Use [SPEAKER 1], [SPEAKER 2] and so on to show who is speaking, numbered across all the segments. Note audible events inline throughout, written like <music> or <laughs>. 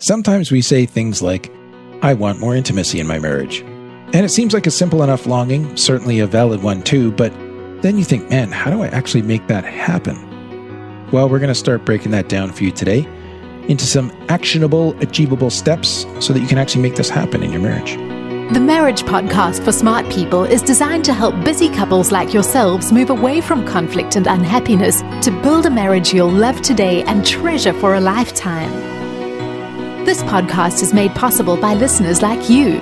[SPEAKER 1] Sometimes we say things like, I want more intimacy in my marriage. And it seems like a simple enough longing, certainly a valid one too, but then you think, man, how do I actually make that happen? Well, we're going to start breaking that down for you today into some actionable, achievable steps so that you can actually make this happen in your marriage.
[SPEAKER 2] The Marriage Podcast for Smart People is designed to help busy couples like yourselves move away from conflict and unhappiness to build a marriage you'll love today and treasure for a lifetime. This podcast is made possible by listeners like you.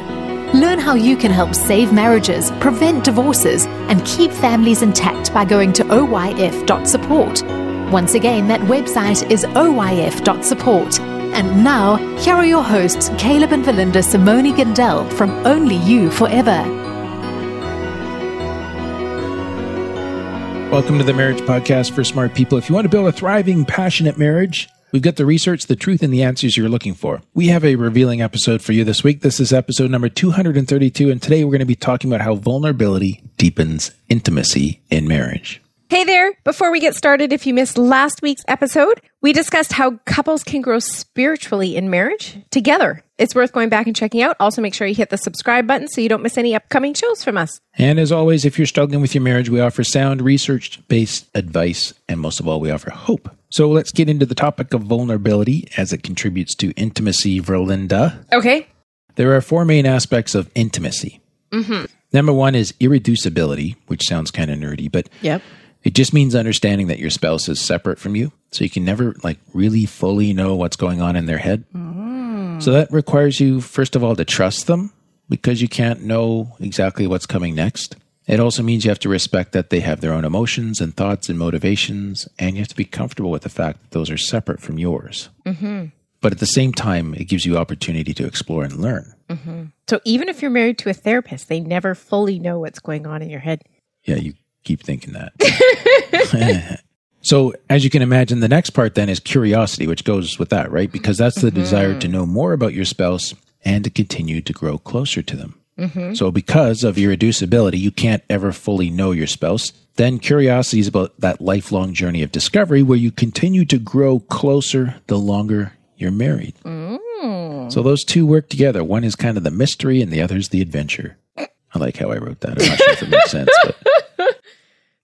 [SPEAKER 2] Learn how you can help save marriages, prevent divorces, and keep families intact by going to oyf.support. Once again, that website is oyf.support. And now, here are your hosts, Caleb and Valinda Simone Gandel from Only You Forever.
[SPEAKER 1] Welcome to the Marriage Podcast for Smart People. If you want to build a thriving, passionate marriage, we've got the research, the truth, and the answers you're looking for. We have a revealing episode for you this week. This is episode number 232, and today we're going to be talking about how vulnerability deepens intimacy in marriage.
[SPEAKER 3] Hey there! Before we get started, if you missed last week's episode, we discussed how couples can grow spiritually in marriage together. It's worth going back and checking out. Also, make sure you hit the subscribe button so you don't miss any upcoming shows from us.
[SPEAKER 1] And as always, if you're struggling with your marriage, we offer sound, research based advice, and most of all, we offer hope. So let's get into the topic of vulnerability as it contributes to intimacy, Verlinda.
[SPEAKER 3] Okay.
[SPEAKER 1] There are four main aspects of intimacy. Number one is irreducibility, which sounds kind of nerdy, but
[SPEAKER 3] Yep.
[SPEAKER 1] It just means understanding that your spouse is separate from you. So you can never like really fully know what's going on in their head. So that requires you, first of all, to trust them because you can't know exactly what's coming next. It also means you have to respect that they have their own emotions and thoughts and motivations, and you have to be comfortable with the fact that those are separate from yours. But at the same time, it gives you opportunity to explore and learn.
[SPEAKER 3] So, even if you're married to a therapist, they never fully know what's going on in your head.
[SPEAKER 1] Yeah, you keep thinking that. <laughs> so, as you can imagine, the next part then is curiosity, which goes with that, right? Because that's the desire to know more about your spouse and to continue to grow closer to them. So, because of irreducibility, you can't ever fully know your spouse. Then, curiosity is about that lifelong journey of discovery where you continue to grow closer the longer you're married. So, those two work together. One is kind of the mystery, and the other is the adventure. I like how I wrote that. I'm not sure if it makes sense, but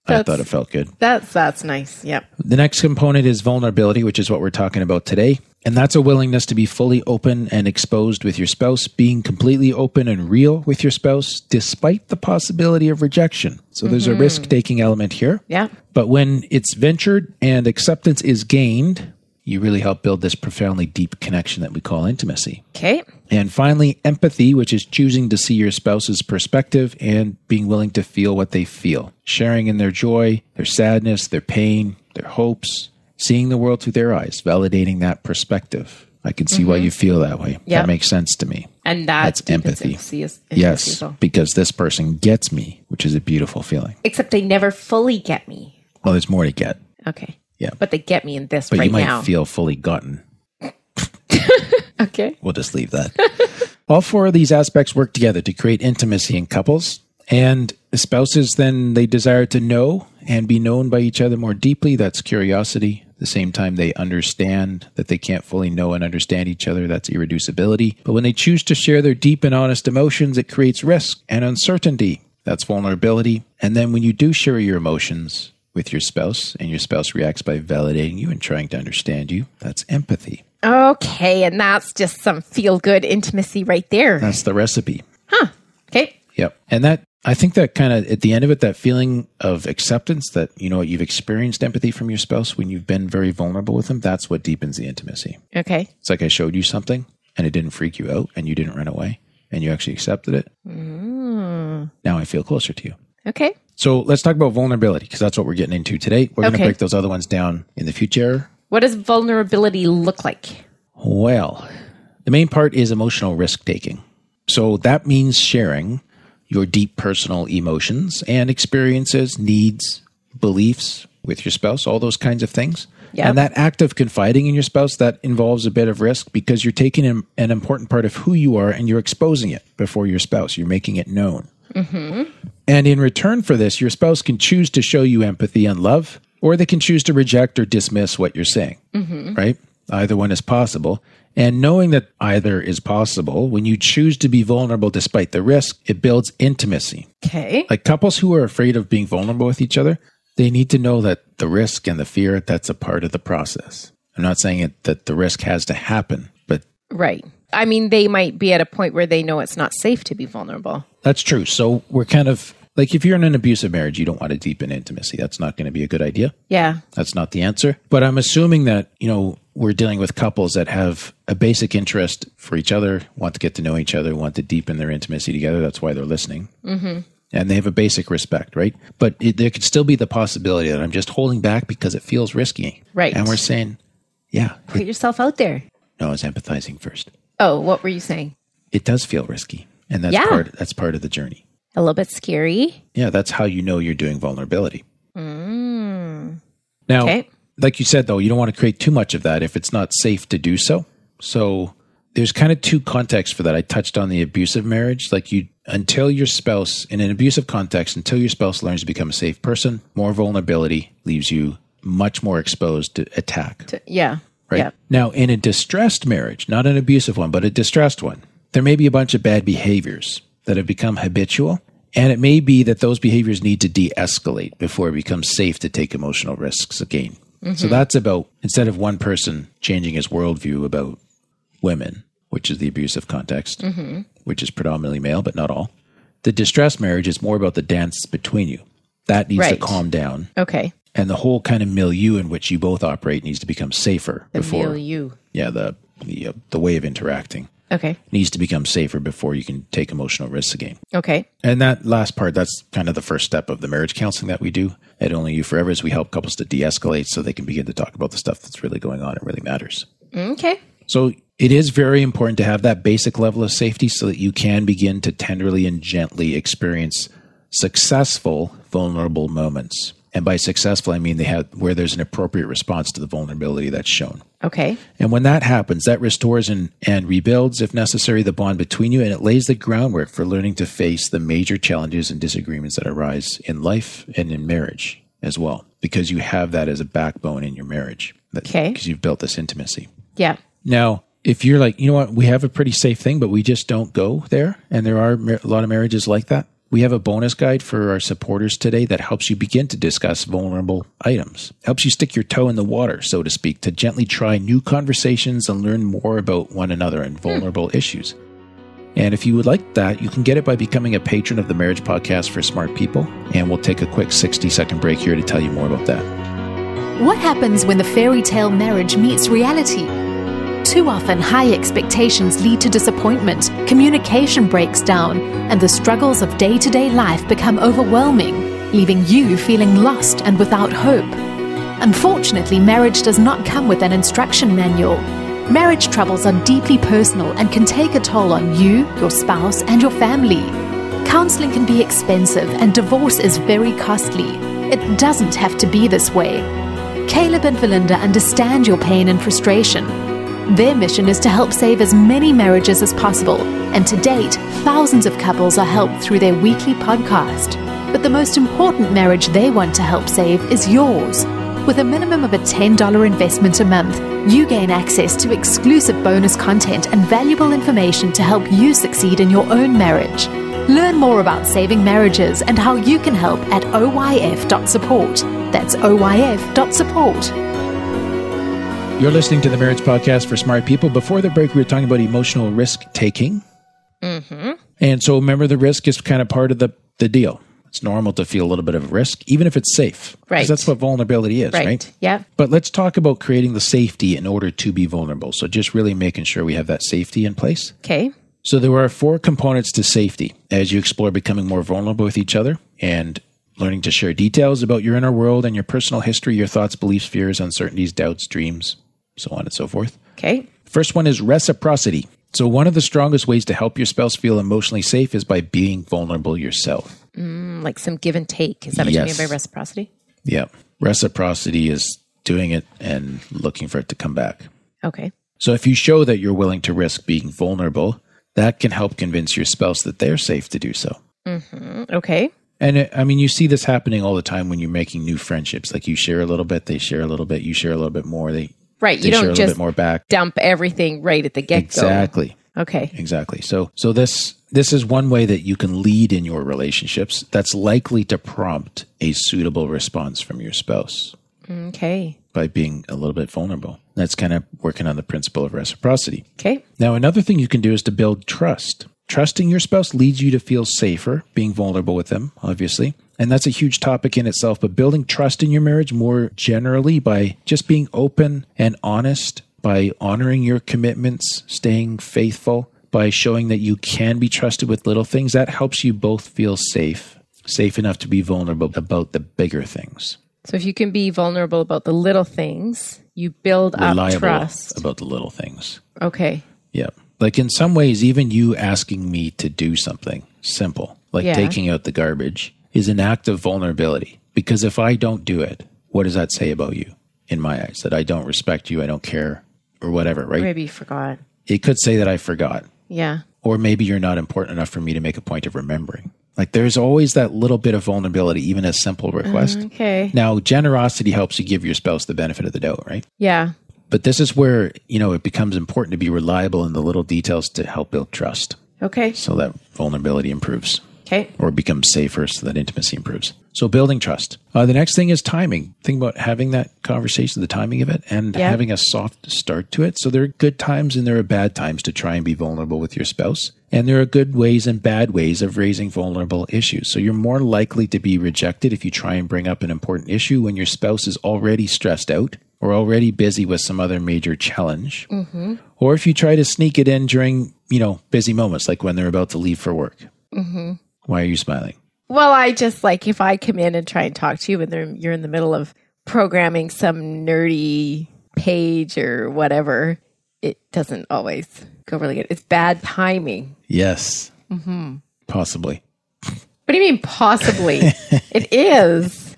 [SPEAKER 1] I thought it felt good.
[SPEAKER 3] That's that's nice. Yep.
[SPEAKER 1] The next component is vulnerability, which is what we're talking about today. And that's a willingness to be fully open and exposed with your spouse, being completely open and real with your spouse, despite the possibility of rejection. So there's a risk taking element here.
[SPEAKER 3] Yeah.
[SPEAKER 1] But when it's ventured and acceptance is gained, you really help build this profoundly deep connection that we call intimacy.
[SPEAKER 3] Okay.
[SPEAKER 1] And finally, empathy, which is choosing to see your spouse's perspective and being willing to feel what they feel, sharing in their joy, their sadness, their pain, their hopes, seeing the world through their eyes, validating that perspective. I can see why
[SPEAKER 3] Mm-hmm.
[SPEAKER 1] you feel that way.
[SPEAKER 3] Yeah.
[SPEAKER 1] That makes sense to me.
[SPEAKER 3] And that
[SPEAKER 1] That's
[SPEAKER 3] deepens
[SPEAKER 1] empathy.
[SPEAKER 3] intimacy as- intimacy as
[SPEAKER 1] Yes,
[SPEAKER 3] well.
[SPEAKER 1] because this person gets me, which is a beautiful feeling.
[SPEAKER 3] Except they never fully get me.
[SPEAKER 1] Well, there's more to get,
[SPEAKER 3] Okay.
[SPEAKER 1] Yeah.
[SPEAKER 3] But they get me in this
[SPEAKER 1] but
[SPEAKER 3] right
[SPEAKER 1] you might
[SPEAKER 3] now.
[SPEAKER 1] feel fully gotten.
[SPEAKER 3] okay.
[SPEAKER 1] We'll just leave that. All four of these aspects work together to create intimacy in couples. And spouses then they desire to know and be known by each other more deeply. That's curiosity. At the same time, they understand that they can't fully know and understand each other. That's irreducibility. But when they choose to share their deep and honest emotions, it creates risk and uncertainty. That's vulnerability. And then when you do share your emotions with your spouse and your spouse reacts by validating you and trying to understand you, that's empathy.
[SPEAKER 3] Okay. And that's just some feel good intimacy right there.
[SPEAKER 1] That's the recipe.
[SPEAKER 3] Okay.
[SPEAKER 1] Yep. And that, I think that kind of at the end of it, that feeling of acceptance that, you know, you've experienced empathy from your spouse when you've been very vulnerable with them, that's what deepens the intimacy.
[SPEAKER 3] Okay.
[SPEAKER 1] It's like I showed you something and it didn't freak you out and you didn't run away and you actually accepted it. Now I feel closer to you.
[SPEAKER 3] Okay.
[SPEAKER 1] So let's talk about vulnerability because that's what we're getting into today. We're going
[SPEAKER 3] Okay.
[SPEAKER 1] to break those other ones down in the future.
[SPEAKER 3] What does vulnerability look like?
[SPEAKER 1] Well, the main part is emotional risk taking. So that means sharing your deep personal emotions and experiences, needs, beliefs with your spouse, all those kinds of things.
[SPEAKER 3] Yeah.
[SPEAKER 1] And that act of confiding in your spouse that involves a bit of risk because you're taking an, an important part of who you are and you're exposing it before your spouse. You're making it known. And in return for this, your spouse can choose to show you empathy and love, or they can choose to reject or dismiss what you're saying, right? Either one is possible. And knowing that either is possible, when you choose to be vulnerable despite the risk, it builds intimacy.
[SPEAKER 3] Okay.
[SPEAKER 1] Like couples who are afraid of being vulnerable with each other, they need to know that the risk and the fear, that's a part of the process. I'm not saying it, that the risk has to happen, but
[SPEAKER 3] Right. I mean, they might be at a point where they know it's not safe to be vulnerable.
[SPEAKER 1] That's true. So we're kind of like if you're in an abusive marriage, you don't want to deepen intimacy. That's not going to be a good idea.
[SPEAKER 3] Yeah.
[SPEAKER 1] That's not the answer. But I'm assuming that, you know, we're dealing with couples that have a basic interest for each other, want to get to know each other, want to deepen their intimacy together. That's why they're listening. Mm-hmm. And they have a basic respect, right? But it, there could still be the possibility that I'm just holding back because it feels risky.
[SPEAKER 3] Right.
[SPEAKER 1] And we're saying, yeah,
[SPEAKER 3] Put yourself out there.
[SPEAKER 1] no, I was empathizing first.
[SPEAKER 3] Oh, what were you saying?
[SPEAKER 1] It does feel risky. And that's
[SPEAKER 3] Yeah.
[SPEAKER 1] part that's part of the journey.
[SPEAKER 3] A little bit scary.
[SPEAKER 1] Yeah, that's how you know you're doing vulnerability. Now,
[SPEAKER 3] Okay.
[SPEAKER 1] like you said, though, you don't want to create too much of that if it's not safe to do so. So there's kind of two contexts for that. I touched on the abusive marriage. Like you, until your spouse, in an abusive context, until your spouse learns to become a safe person, more vulnerability leaves you much more exposed to attack.
[SPEAKER 3] Yeah.
[SPEAKER 1] Right.
[SPEAKER 3] Yeah.
[SPEAKER 1] Now, in a distressed marriage, not an abusive one, but a distressed one, there may be a bunch of bad behaviors that have become habitual. And it may be that those behaviors need to de escalate before it becomes safe to take emotional risks again. So
[SPEAKER 3] Mm-hmm.
[SPEAKER 1] that's about instead of one person changing his worldview about women, which is the abusive context,
[SPEAKER 3] Mm-hmm.
[SPEAKER 1] which is predominantly male, but not all, the distressed marriage is more about the dance between you. That needs to
[SPEAKER 3] Right.
[SPEAKER 1] calm down
[SPEAKER 3] Okay.
[SPEAKER 1] and the whole kind of milieu in which you both operate needs to become safer before
[SPEAKER 3] Feel you.
[SPEAKER 1] yeah the the, uh, the way of interacting
[SPEAKER 3] Okay.
[SPEAKER 1] needs to become safer before you can take emotional risks again
[SPEAKER 3] Okay.
[SPEAKER 1] and that last part that's kind of the first step of the marriage counseling that we do at only you forever is we help couples to de-escalate so they can begin to talk about the stuff that's really going on and really matters
[SPEAKER 3] Okay.
[SPEAKER 1] so it is very important to have that basic level of safety so that you can begin to tenderly and gently experience successful vulnerable moments. And by successful, I mean they have where there's an appropriate response to the vulnerability that's shown.
[SPEAKER 3] Okay.
[SPEAKER 1] And when that happens, that restores and, and rebuilds, if necessary, the bond between you and it lays the groundwork for learning to face the major challenges and disagreements that arise in life and in marriage as well, because you have that as a backbone in your marriage. That-
[SPEAKER 3] Okay.
[SPEAKER 1] Because you've built this intimacy.
[SPEAKER 3] Yeah.
[SPEAKER 1] Now, if you're like, you know what, we have a pretty safe thing, but we just don't go there, and there are mar- a lot of marriages like that. We have a bonus guide for our supporters today that helps you begin to discuss vulnerable items, helps you stick your toe in the water, so to speak, to gently try new conversations and learn more about one another and vulnerable issues. And if you would like that, you can get it by becoming a patron of the Marriage Podcast for Smart People. And we'll take a quick 60 second break here to tell you more about that.
[SPEAKER 2] What happens when the fairy tale marriage meets reality? Too often, high expectations lead to disappointment, communication breaks down, and the struggles of day to day life become overwhelming, leaving you feeling lost and without hope. Unfortunately, marriage does not come with an instruction manual. Marriage troubles are deeply personal and can take a toll on you, your spouse, and your family. Counseling can be expensive, and divorce is very costly. It doesn't have to be this way. Caleb and Valinda understand your pain and frustration. Their mission is to help save as many marriages as possible, and to date, thousands of couples are helped through their weekly podcast. But the most important marriage they want to help save is yours. With a minimum of a $10 investment a month, you gain access to exclusive bonus content and valuable information to help you succeed in your own marriage. Learn more about saving marriages and how you can help at oyf.support. That's oyf.support.
[SPEAKER 1] You're listening to the Marriage Podcast for Smart People. Before the break, we were talking about emotional risk taking.
[SPEAKER 3] Mm-hmm.
[SPEAKER 1] And so remember, the risk is kind of part of the, the deal. It's normal to feel a little bit of risk, even if it's safe. 'Cause
[SPEAKER 3] Right.
[SPEAKER 1] That's what vulnerability is, right?
[SPEAKER 3] Right. Yeah.
[SPEAKER 1] But let's talk about creating the safety in order to be vulnerable. So just really making sure we have that safety in place.
[SPEAKER 3] Okay.
[SPEAKER 1] So there are four components to safety as you explore becoming more vulnerable with each other and learning to share details about your inner world and your personal history, your thoughts, beliefs, fears, uncertainties, doubts, dreams, so on and so forth.
[SPEAKER 3] Okay.
[SPEAKER 1] First one is reciprocity. So one of the strongest ways to help your spouse feel emotionally safe is by being vulnerable yourself.
[SPEAKER 3] Mm, Like some give and take. Is that what
[SPEAKER 1] Yes.
[SPEAKER 3] you mean by reciprocity?
[SPEAKER 1] Yeah. Reciprocity is doing it and looking for it to come back.
[SPEAKER 3] Okay.
[SPEAKER 1] So if you show that you're willing to risk being vulnerable, that can help convince your spouse that they're safe to do so.
[SPEAKER 3] Mm, Okay.
[SPEAKER 1] And uh, I mean, you see this happening all the time when you're making new friendships. Like you share a little bit, they share a little bit, you share a little bit more. They
[SPEAKER 3] Right.
[SPEAKER 1] They
[SPEAKER 3] You
[SPEAKER 1] share a
[SPEAKER 3] don't
[SPEAKER 1] little
[SPEAKER 3] just
[SPEAKER 1] bit more back.
[SPEAKER 3] dump everything right at the get go.
[SPEAKER 1] Exactly.
[SPEAKER 3] Okay.
[SPEAKER 1] Exactly. So so this this is one way that you can lead in your relationships that's likely to prompt a suitable response from your spouse
[SPEAKER 3] Okay.
[SPEAKER 1] by being a little bit vulnerable. That's kind of working on the principle of reciprocity.
[SPEAKER 3] Okay.
[SPEAKER 1] Now, another thing you can do is to build trust. Trusting your spouse leads you to feel safer, being vulnerable with them, obviously. And that's a huge topic in itself, but building trust in your marriage more generally by just being open and honest, by honoring your commitments, staying faithful, by showing that you can be trusted with little things, that helps you both feel safe, safe enough to be vulnerable about the bigger things,
[SPEAKER 3] So if you can be vulnerable about the little things, you build up
[SPEAKER 1] reliable
[SPEAKER 3] trust.
[SPEAKER 1] about the little things.
[SPEAKER 3] Okay.
[SPEAKER 1] Yeah. Like in some ways, even you asking me to do something simple, like
[SPEAKER 3] Yeah.
[SPEAKER 1] taking out the garbage, is an act of vulnerability. Because if I don't do it, what does that say about you in my eyes? That I don't respect you, I don't care, or whatever, right?
[SPEAKER 3] Maybe you forgot.
[SPEAKER 1] It could say that I forgot,
[SPEAKER 3] Yeah.
[SPEAKER 1] or maybe you're not important enough for me to make a point of remembering. Like there's always that little bit of vulnerability, even a simple request.
[SPEAKER 3] Okay.
[SPEAKER 1] Now, generosity helps you give your spouse the benefit of the doubt, right?
[SPEAKER 3] Yeah.
[SPEAKER 1] But this is where, you know, it becomes important to be reliable in the little details to help build trust
[SPEAKER 3] Okay.
[SPEAKER 1] so that vulnerability improves
[SPEAKER 3] Okay.
[SPEAKER 1] or becomes safer so that intimacy improves. So building trust. Uh, the next thing is timing. Think about having that conversation, the timing of it, and
[SPEAKER 3] Yeah.
[SPEAKER 1] having a soft start to it. So there are good times and there are bad times to try and be vulnerable with your spouse. And there are good ways and bad ways of raising vulnerable issues. So you're more likely to be rejected if you try and bring up an important issue when your spouse is already stressed out or already busy with some other major challenge or if you try to sneak it in during you know busy moments like when they're about to leave for work mm-hmm. why are you smiling
[SPEAKER 3] Well, I just like if I come in and try and talk to you and they're- you're in the middle of programming some nerdy page or whatever, it doesn't always go really good. It's bad timing.
[SPEAKER 1] yes mm-hmm. possibly
[SPEAKER 3] What do you mean possibly?
[SPEAKER 1] <laughs>
[SPEAKER 3] it is.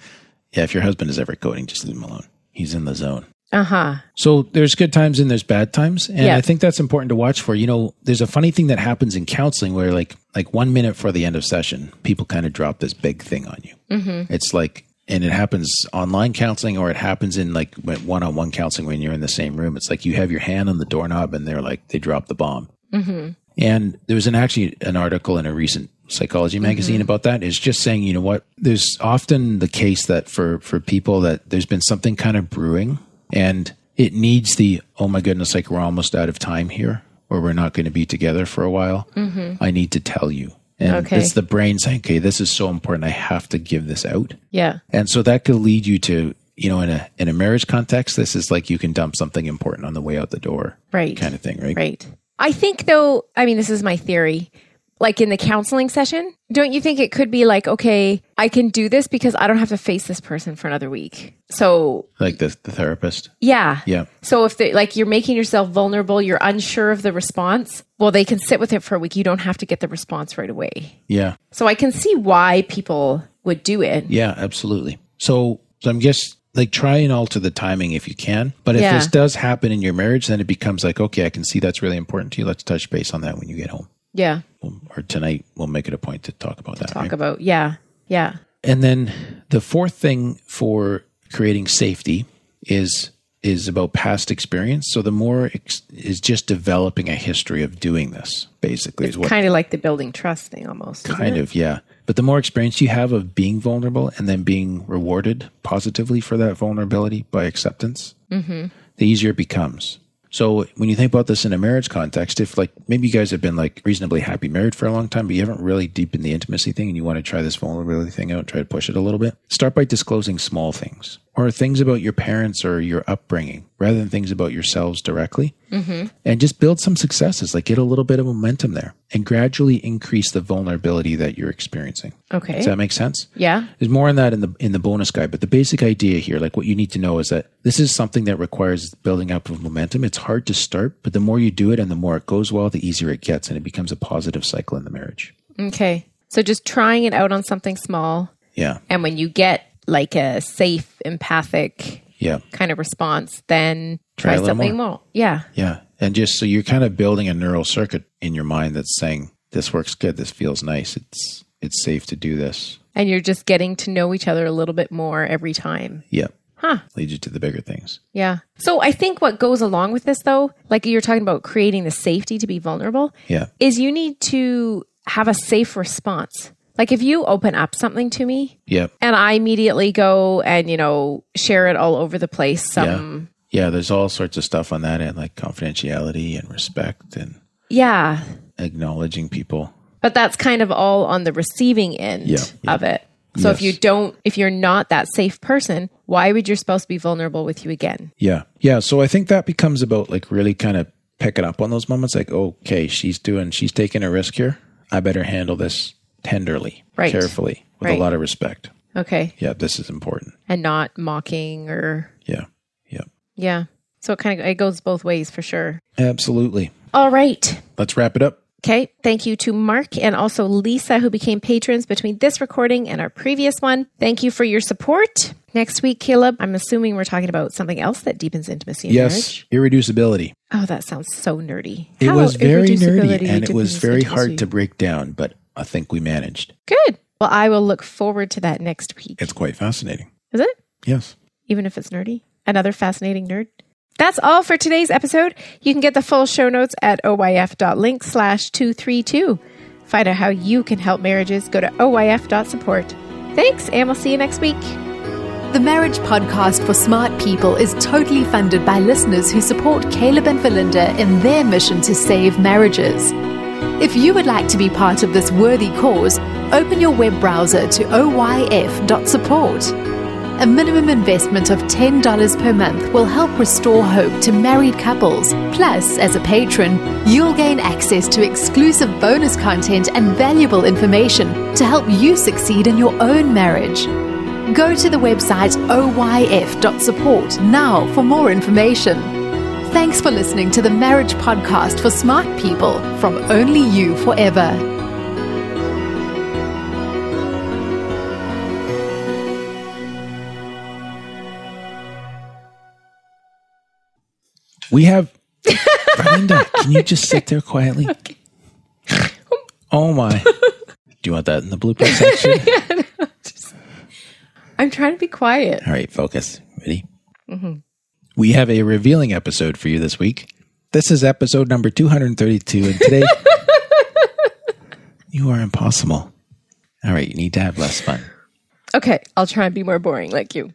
[SPEAKER 1] yeah if your husband is ever coding just leave him alone he's in the zone
[SPEAKER 3] Uh huh.
[SPEAKER 1] so there's good times and there's bad times and
[SPEAKER 3] Yeah.
[SPEAKER 1] i think that's important to watch for you know there's a funny thing that happens in counseling where like like one minute for the end of session people kind of drop this big thing on you mm-hmm. it's like and it happens online counseling or it happens in like when- one-on-one counseling when you're in the same room it's like you have your hand on the doorknob and they're like they drop the bomb And there was an actually an article in a recent psychology magazine
[SPEAKER 3] Mm-hmm.
[SPEAKER 1] about that. It's just saying, you know what, there's often the case that for for people that there's been something kind of brewing and it needs the oh my goodness, like we're almost out of time here or we're not going to be together for a while. I need to tell you. And
[SPEAKER 3] Mm-hmm. Okay.
[SPEAKER 1] it's the brain saying, okay, this is so important. I have to give this out.
[SPEAKER 3] Yeah.
[SPEAKER 1] And so that could lead you to, you know, in a in a marriage context, this is like you can dump something important on the way out the door.
[SPEAKER 3] Right.
[SPEAKER 1] Kind of thing, right?
[SPEAKER 3] Right. I think though, I mean, this is my theory. Like in the counseling session, don't you think it could be like, okay, I can do this because I don't have to face this person for another week. So
[SPEAKER 1] Like the, the therapist.
[SPEAKER 3] yeah.
[SPEAKER 1] Yeah.
[SPEAKER 3] So if they like you're making yourself vulnerable, you're unsure of the response, well, they can sit with it for a week. You don't have to get the response right away.
[SPEAKER 1] Yeah.
[SPEAKER 3] So I can see why people would do it.
[SPEAKER 1] Yeah, absolutely. So, so I'm just like try and alter the timing if you can. But if
[SPEAKER 3] Yeah.
[SPEAKER 1] this does happen in your marriage, then it becomes like, okay, I can see that's really important to you. Let's touch base on that when you get home.
[SPEAKER 3] Yeah.
[SPEAKER 1] We'll- Or tonight, we'll make it a point to talk about that.
[SPEAKER 3] Talk
[SPEAKER 1] right?
[SPEAKER 3] about yeah. Yeah.
[SPEAKER 1] and then the fourth thing for creating safety is is about past experience. So the more ex- is just developing a history of doing this. Basically, is what
[SPEAKER 3] Kind of like the building trust thing almost. isn't
[SPEAKER 1] kind
[SPEAKER 3] it?
[SPEAKER 1] of yeah but the more experience you have of being vulnerable and then being rewarded positively for that vulnerability by acceptance the easier it becomes so when you think about this in a marriage context if like maybe you guys have been like reasonably happy married for a long time but you haven't really deepened the intimacy thing and you want to try this vulnerability thing out try to push it a little bit start by disclosing small things or things about your parents or your upbringing rather than things about yourselves directly and just build some successes, like get a little bit of momentum there and gradually increase the vulnerability that you're experiencing.
[SPEAKER 3] Okay.
[SPEAKER 1] Does that make sense?
[SPEAKER 3] yeah.
[SPEAKER 1] There's more on that in the in the bonus guide, but the basic idea here, like what you need to know is that this is something that requires building up of momentum. It's hard to start, but the more you do it and the more it goes well, the easier it gets and it becomes a positive cycle in the marriage.
[SPEAKER 3] Okay. So just trying it out on something small
[SPEAKER 1] Yeah.
[SPEAKER 3] and when you get like a safe empathic
[SPEAKER 1] Yeah.
[SPEAKER 3] kind of response, then
[SPEAKER 1] Try
[SPEAKER 3] try,
[SPEAKER 1] a little
[SPEAKER 3] something more. Yeah.
[SPEAKER 1] Yeah. And just so you're kind of building a neural circuit in your mind that's saying, This works good, this feels nice, it's it's safe to do this.
[SPEAKER 3] And you're just getting to know each other a little bit more every time.
[SPEAKER 1] Yeah.
[SPEAKER 3] Huh.
[SPEAKER 1] leads you to the bigger things.
[SPEAKER 3] Yeah. So I think what goes along with this, though, like you're talking about creating the safety to be vulnerable,
[SPEAKER 1] Yeah.
[SPEAKER 3] is you need to have a safe response. Like if you open up something to me
[SPEAKER 1] Yep.
[SPEAKER 3] and I immediately go and, you know, share it all over the place, some,
[SPEAKER 1] Yeah. There's all sorts of stuff on that end, like confidentiality and respect and
[SPEAKER 3] yeah.
[SPEAKER 1] acknowledging people.
[SPEAKER 3] But that's kind of all on the receiving end
[SPEAKER 1] Yeah, yeah.
[SPEAKER 3] of it. So if you
[SPEAKER 1] Yes.
[SPEAKER 3] don't, if you're not that safe person, why would your spouse be vulnerable with you again?
[SPEAKER 1] Yeah. Yeah. So I think that becomes about like really kind of picking up on those moments like, okay, she's doing, she's taking a risk here. I better handle this tenderly,
[SPEAKER 3] Right.
[SPEAKER 1] carefully, with
[SPEAKER 3] Right.
[SPEAKER 1] a lot of respect.
[SPEAKER 3] Okay.
[SPEAKER 1] Yeah. This is important.
[SPEAKER 3] And not mocking or,
[SPEAKER 1] Yeah. Yeah.
[SPEAKER 3] yeah. So it kind of it goes both ways for sure.
[SPEAKER 1] Absolutely.
[SPEAKER 3] All right.
[SPEAKER 1] Let's wrap it up.
[SPEAKER 3] Okay. Thank you to Mark and also Lisa, who became patrons between this recording and our previous one. Thank you for your support. Next week, Caleb, I'm assuming we're talking about something else that deepens intimacy in
[SPEAKER 1] Yes. Irreducibility.
[SPEAKER 3] marriage. Oh, that sounds so nerdy.
[SPEAKER 1] It
[SPEAKER 3] How
[SPEAKER 1] was very nerdy
[SPEAKER 3] irreducibility
[SPEAKER 1] and it was
[SPEAKER 3] deepens
[SPEAKER 1] very hard to
[SPEAKER 3] intimacy.
[SPEAKER 1] break down, but I think we managed.
[SPEAKER 3] Good. Well, I will look forward to that next week.
[SPEAKER 1] It's quite fascinating.
[SPEAKER 3] Is it?
[SPEAKER 1] Yes.
[SPEAKER 3] even if it's nerdy. Another fascinating nerd. That's all for today's episode. You can get the full show notes at oyf.link slash 232. Find out how you can help marriages. Go to oyf.support. Thanks, and we'll see you next week.
[SPEAKER 2] The Marriage Podcast for Smart People is totally funded by listeners who support Caleb and Valinda in their mission to save marriages. If you would like to be part of this worthy cause, open your web browser to oyf.support. A minimum investment of $10 per month will help restore hope to married couples. Plus, as a patron, you'll gain access to exclusive bonus content and valuable information to help you succeed in your own marriage. Go to the website oyf.support now for more information. Thanks for listening to the Marriage Podcast for Smart People from Only You Forever.
[SPEAKER 1] We have Brenda. Can you just sit there quietly? Oh my! Do you want that in the blooper section?
[SPEAKER 3] I'm trying to be quiet.
[SPEAKER 1] All right, focus. Ready? We have a revealing episode for you this week. This is episode number two hundred thirty-two, and today you are impossible. All right, you need to have less fun.
[SPEAKER 3] Okay, I'll try and be more boring like you.